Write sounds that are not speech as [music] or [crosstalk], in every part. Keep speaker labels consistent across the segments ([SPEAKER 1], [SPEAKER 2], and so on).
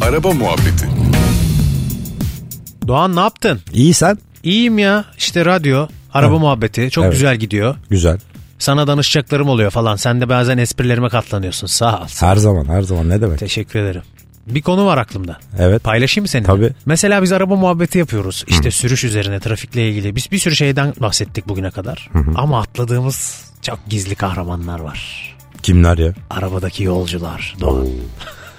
[SPEAKER 1] Araba Muhabbeti
[SPEAKER 2] Doğan ne yaptın?
[SPEAKER 3] İyi sen.
[SPEAKER 2] İyiyim ya. İşte radyo, araba
[SPEAKER 3] Evet.
[SPEAKER 2] muhabbeti çok
[SPEAKER 3] Evet.
[SPEAKER 2] güzel gidiyor.
[SPEAKER 3] Güzel.
[SPEAKER 2] Sana danışacaklarım oluyor falan. Sen de bazen esprilerime katlanıyorsun. Sağ ol.
[SPEAKER 3] Her zaman her zaman ne demek.
[SPEAKER 2] Teşekkür ederim. Bir konu var aklımda.
[SPEAKER 3] Evet.
[SPEAKER 2] Paylaşayım mı seninle?
[SPEAKER 3] Tabii.
[SPEAKER 2] Mesela biz araba muhabbeti yapıyoruz. İşte sürüş üzerine, trafikle ilgili. Biz bir sürü şeyden bahsettik bugüne kadar. Ama atladığımız çok gizli kahramanlar var. [laughs]
[SPEAKER 3] Kimler ya?
[SPEAKER 2] Arabadaki yolcular. Doğan.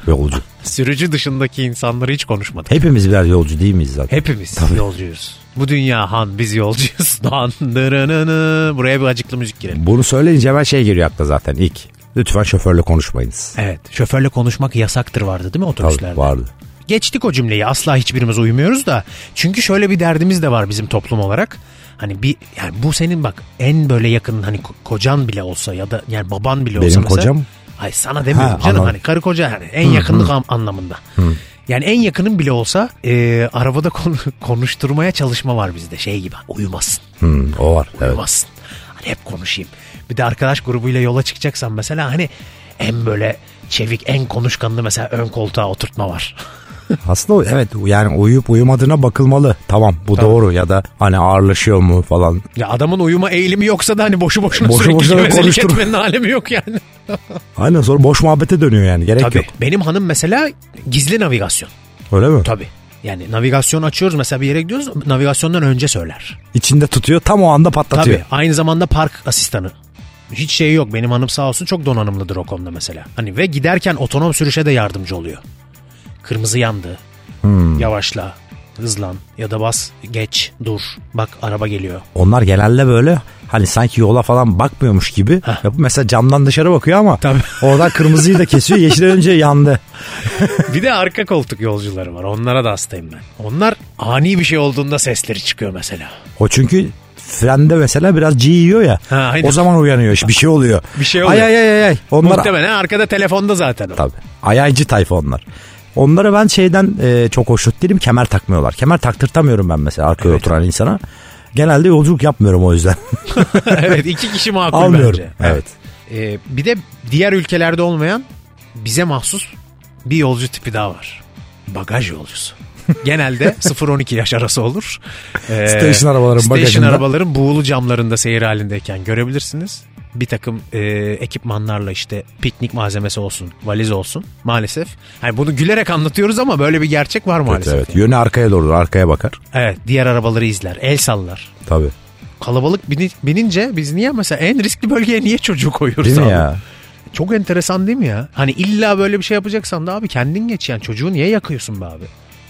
[SPEAKER 3] Yolcu.
[SPEAKER 2] Sürücü dışındaki insanları hiç konuşmadık.
[SPEAKER 3] Hepimiz birer yolcu değil miyiz zaten?
[SPEAKER 2] Hepimiz yolcuyuz. Bu dünya han biz yolcuyuz. [laughs] Doğan. Dırınını. Buraya bir acıklı müzik girelim.
[SPEAKER 3] Bunu söyleyince hemen şey giriyor akla zaten ilk. Lütfen şoförle konuşmayınız.
[SPEAKER 2] Evet şoförle konuşmak yasaktır vardı değil mi otobüslerde?
[SPEAKER 3] Tabii vardı.
[SPEAKER 2] Geçtik o cümleyi asla hiçbirimiz uymuyoruz da çünkü şöyle bir derdimiz de var bizim toplum olarak. Hani bir yani bu senin bak en böyle yakın hani ko- kocan bile olsa ya da yani baban bile olsa
[SPEAKER 3] Benim
[SPEAKER 2] mesela-
[SPEAKER 3] kocam?
[SPEAKER 2] Ay sana demiyorum
[SPEAKER 3] Ha,
[SPEAKER 2] canım
[SPEAKER 3] anladım.
[SPEAKER 2] hani karı koca hani en yakınlık an- anlamında. Yani en yakının bile olsa e, arabada kon- konuşturmaya çalışma var bizde şey gibi uyumasın
[SPEAKER 3] Hmm, o var.
[SPEAKER 2] [laughs]
[SPEAKER 3] Evet.
[SPEAKER 2] olmasın. Hani hep konuşayım. Bir de arkadaş grubuyla yola çıkacaksan mesela hani en böyle çevik en konuşkanını mesela ön koltuğa oturtma var.
[SPEAKER 3] Aslında o- evet yani uyuyup uyumadığına bakılmalı. Tamam bu doğru ya da hani ağırlaşıyor mu falan.
[SPEAKER 2] [laughs] ya adamın uyuma eğilimi yoksa da hani boşu boşuna
[SPEAKER 3] Boşu
[SPEAKER 2] sürekli
[SPEAKER 3] boşuna
[SPEAKER 2] gevezelik
[SPEAKER 3] konuşturma.
[SPEAKER 2] etmenin alemi yok yani.
[SPEAKER 3] Aynen sonra boş muhabbete dönüyor yani gerek
[SPEAKER 2] Tabii.
[SPEAKER 3] yok.
[SPEAKER 2] Benim hanım mesela gizli navigasyon.
[SPEAKER 3] Öyle mi?
[SPEAKER 2] Tabii. Yani navigasyon açıyoruz mesela bir yere gidiyoruz navigasyondan önce söyler.
[SPEAKER 3] İçinde tutuyor tam o anda patlatıyor.
[SPEAKER 2] Tabii. Aynı zamanda park asistanı. Hiç şey yok benim hanım sağ olsun çok donanımlıdır o konuda mesela. Hani ve giderken otonom sürüşe de yardımcı oluyor. Kırmızı yandı.
[SPEAKER 3] Hmm.
[SPEAKER 2] Yavaşla, hızlan ya da bas, geç, dur. Bak araba geliyor. [laughs]
[SPEAKER 3] Onlar genelde böyle hani sanki yola falan bakmıyormuş gibi. Yapıp Mesela camdan dışarı bakıyor ama
[SPEAKER 2] Tabii.
[SPEAKER 3] [laughs] oradan kırmızıyı da kesiyor. Yeşil önce yandı.
[SPEAKER 2] Bir de arka koltuk yolcuları var. Onlara da hastayım ben. Onlar ani bir şey olduğunda sesleri çıkıyor mesela.
[SPEAKER 3] O çünkü frende mesela biraz G yiyor ya.
[SPEAKER 2] Ha, aynen.
[SPEAKER 3] o zaman uyanıyor. işte, Bir şey oluyor.
[SPEAKER 2] Bir şey oluyor.
[SPEAKER 3] Ay ay ay ay, ay. Onlar
[SPEAKER 2] Muhtemelen arkada telefonda zaten o.
[SPEAKER 3] tabii. Ayaycı tayfa onlar. Onlara ben şeyden e, çok hoşnut değilim. Kemer takmıyorlar. Kemer taktırtamıyorum ben mesela arkaya oturan insana. Genelde yolculuk yapmıyorum o yüzden.
[SPEAKER 2] [laughs] evet iki kişi makul
[SPEAKER 3] Almıyorum.
[SPEAKER 2] bence.
[SPEAKER 3] Evet.
[SPEAKER 2] Ee, bir de diğer ülkelerde olmayan bize mahsus bir yolcu tipi daha var. Bagaj
[SPEAKER 3] [laughs]
[SPEAKER 2] yolcusu. Genelde 0-12 yaş arası olur. Ee,
[SPEAKER 3] Station arabaların
[SPEAKER 2] station
[SPEAKER 3] bagajında.
[SPEAKER 2] arabaların buğulu camlarında seyir halindeyken görebilirsiniz. Bir takım e, ekipmanlarla işte piknik malzemesi olsun, valiz olsun maalesef. Hani bunu gülerek anlatıyoruz ama böyle bir gerçek var
[SPEAKER 3] Evet,
[SPEAKER 2] maalesef.
[SPEAKER 3] evet.
[SPEAKER 2] yani.
[SPEAKER 3] Yönü arkaya doğru. Arkaya bakar.
[SPEAKER 2] evet diğer arabaları izler, el sallar.
[SPEAKER 3] Tabii.
[SPEAKER 2] Kalabalık bini- binince biz niye mesela en riskli bölgeye niye çocuğu koyuyoruz
[SPEAKER 3] Değil mi
[SPEAKER 2] abi?
[SPEAKER 3] ya?
[SPEAKER 2] Çok enteresan değil mi ya? Hani illa böyle bir şey yapacaksan da abi kendin geç yani çocuğu niye yakıyorsun be abi?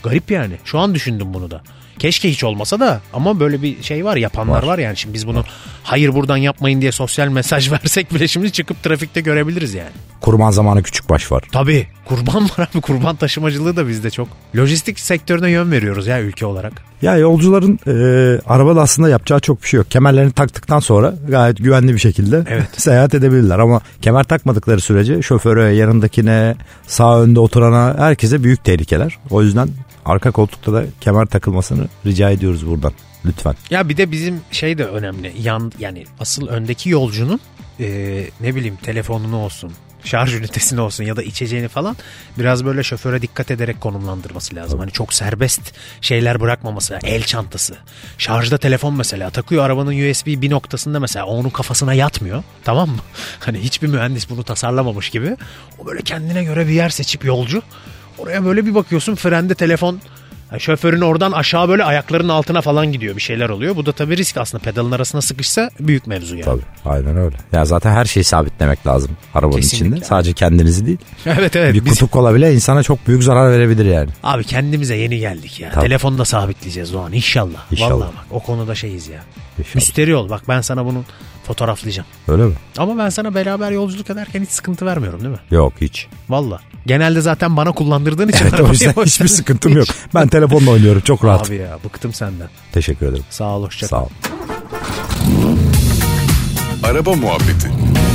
[SPEAKER 2] Garip yani. Şu an düşündüm bunu da. Keşke hiç olmasa da ama böyle bir şey var yapanlar var, yani. Şimdi biz bunu hayır buradan yapmayın diye sosyal mesaj [laughs] versek bile şimdi çıkıp trafikte görebiliriz yani.
[SPEAKER 3] Kurban zamanı küçük baş var.
[SPEAKER 2] Tabii kurban var abi kurban taşımacılığı da bizde çok. Lojistik sektörüne yön veriyoruz ya ülke olarak.
[SPEAKER 3] Ya yolcuların e, arabada aslında yapacağı çok bir şey yok. Kemerlerini taktıktan sonra gayet güvenli bir şekilde
[SPEAKER 2] Evet.
[SPEAKER 3] [laughs] seyahat edebilirler. Ama kemer takmadıkları sürece şoföre, yanındakine, sağ önde oturana herkese büyük tehlikeler. O yüzden arka koltukta da kemer takılmasını rica ediyoruz buradan. Lütfen.
[SPEAKER 2] Ya bir de bizim şey de önemli. Yan yani asıl öndeki yolcunun e, ne bileyim telefonunu olsun, şarj ünitesini olsun ya da içeceğini falan biraz böyle şoföre dikkat ederek konumlandırması lazım. Hani çok serbest şeyler bırakmaması, el çantası. Şarjda telefon mesela takıyor arabanın USB bir noktasında mesela onun kafasına yatmıyor. Tamam mı? [laughs] Hani hiçbir mühendis bunu tasarlamamış gibi. O böyle kendine göre bir yer seçip yolcu. Oraya böyle bir bakıyorsun frende telefon yani şoförün oradan aşağı böyle ayaklarının altına falan gidiyor bir şeyler oluyor. Bu da tabii risk aslında pedalın arasına sıkışsa büyük mevzu yani.
[SPEAKER 3] Tabii. Aynen öyle. Ya zaten her şeyi sabitlemek lazım arabanın
[SPEAKER 2] Kesinlikle.
[SPEAKER 3] içinde. Sadece kendinizi değil.
[SPEAKER 2] [laughs] Evet evet.
[SPEAKER 3] bir
[SPEAKER 2] biz-
[SPEAKER 3] kutu kola bile insana çok büyük zarar verebilir yani.
[SPEAKER 2] Abi kendimize yeni geldik ya.
[SPEAKER 3] Tabii.
[SPEAKER 2] Telefonda sabitleyeceğiz Doğan inşallah.
[SPEAKER 3] İnşallah.
[SPEAKER 2] Vallahi bak o konuda şeyiz ya.
[SPEAKER 3] İnşallah.
[SPEAKER 2] Müsteri ol bak ben sana bunu fotoğraflayacağım.
[SPEAKER 3] Öyle mi?
[SPEAKER 2] Ama ben sana beraber yolculuk ederken hiç sıkıntı vermiyorum değil mi?
[SPEAKER 3] Yok
[SPEAKER 2] [laughs]
[SPEAKER 3] hiç.
[SPEAKER 2] Valla. Genelde zaten bana kullandırdığın için.
[SPEAKER 3] Evet o
[SPEAKER 2] arabayı
[SPEAKER 3] yüzden
[SPEAKER 2] boş
[SPEAKER 3] hiçbir
[SPEAKER 2] ver. [laughs]
[SPEAKER 3] sıkıntım yok. Ben telefonla oynuyorum çok rahat.
[SPEAKER 2] Abi ya bıktım senden.
[SPEAKER 3] Teşekkür ederim.
[SPEAKER 2] Sağ ol hoşça kal.
[SPEAKER 3] Sağ ol.
[SPEAKER 1] Araba Muhabbeti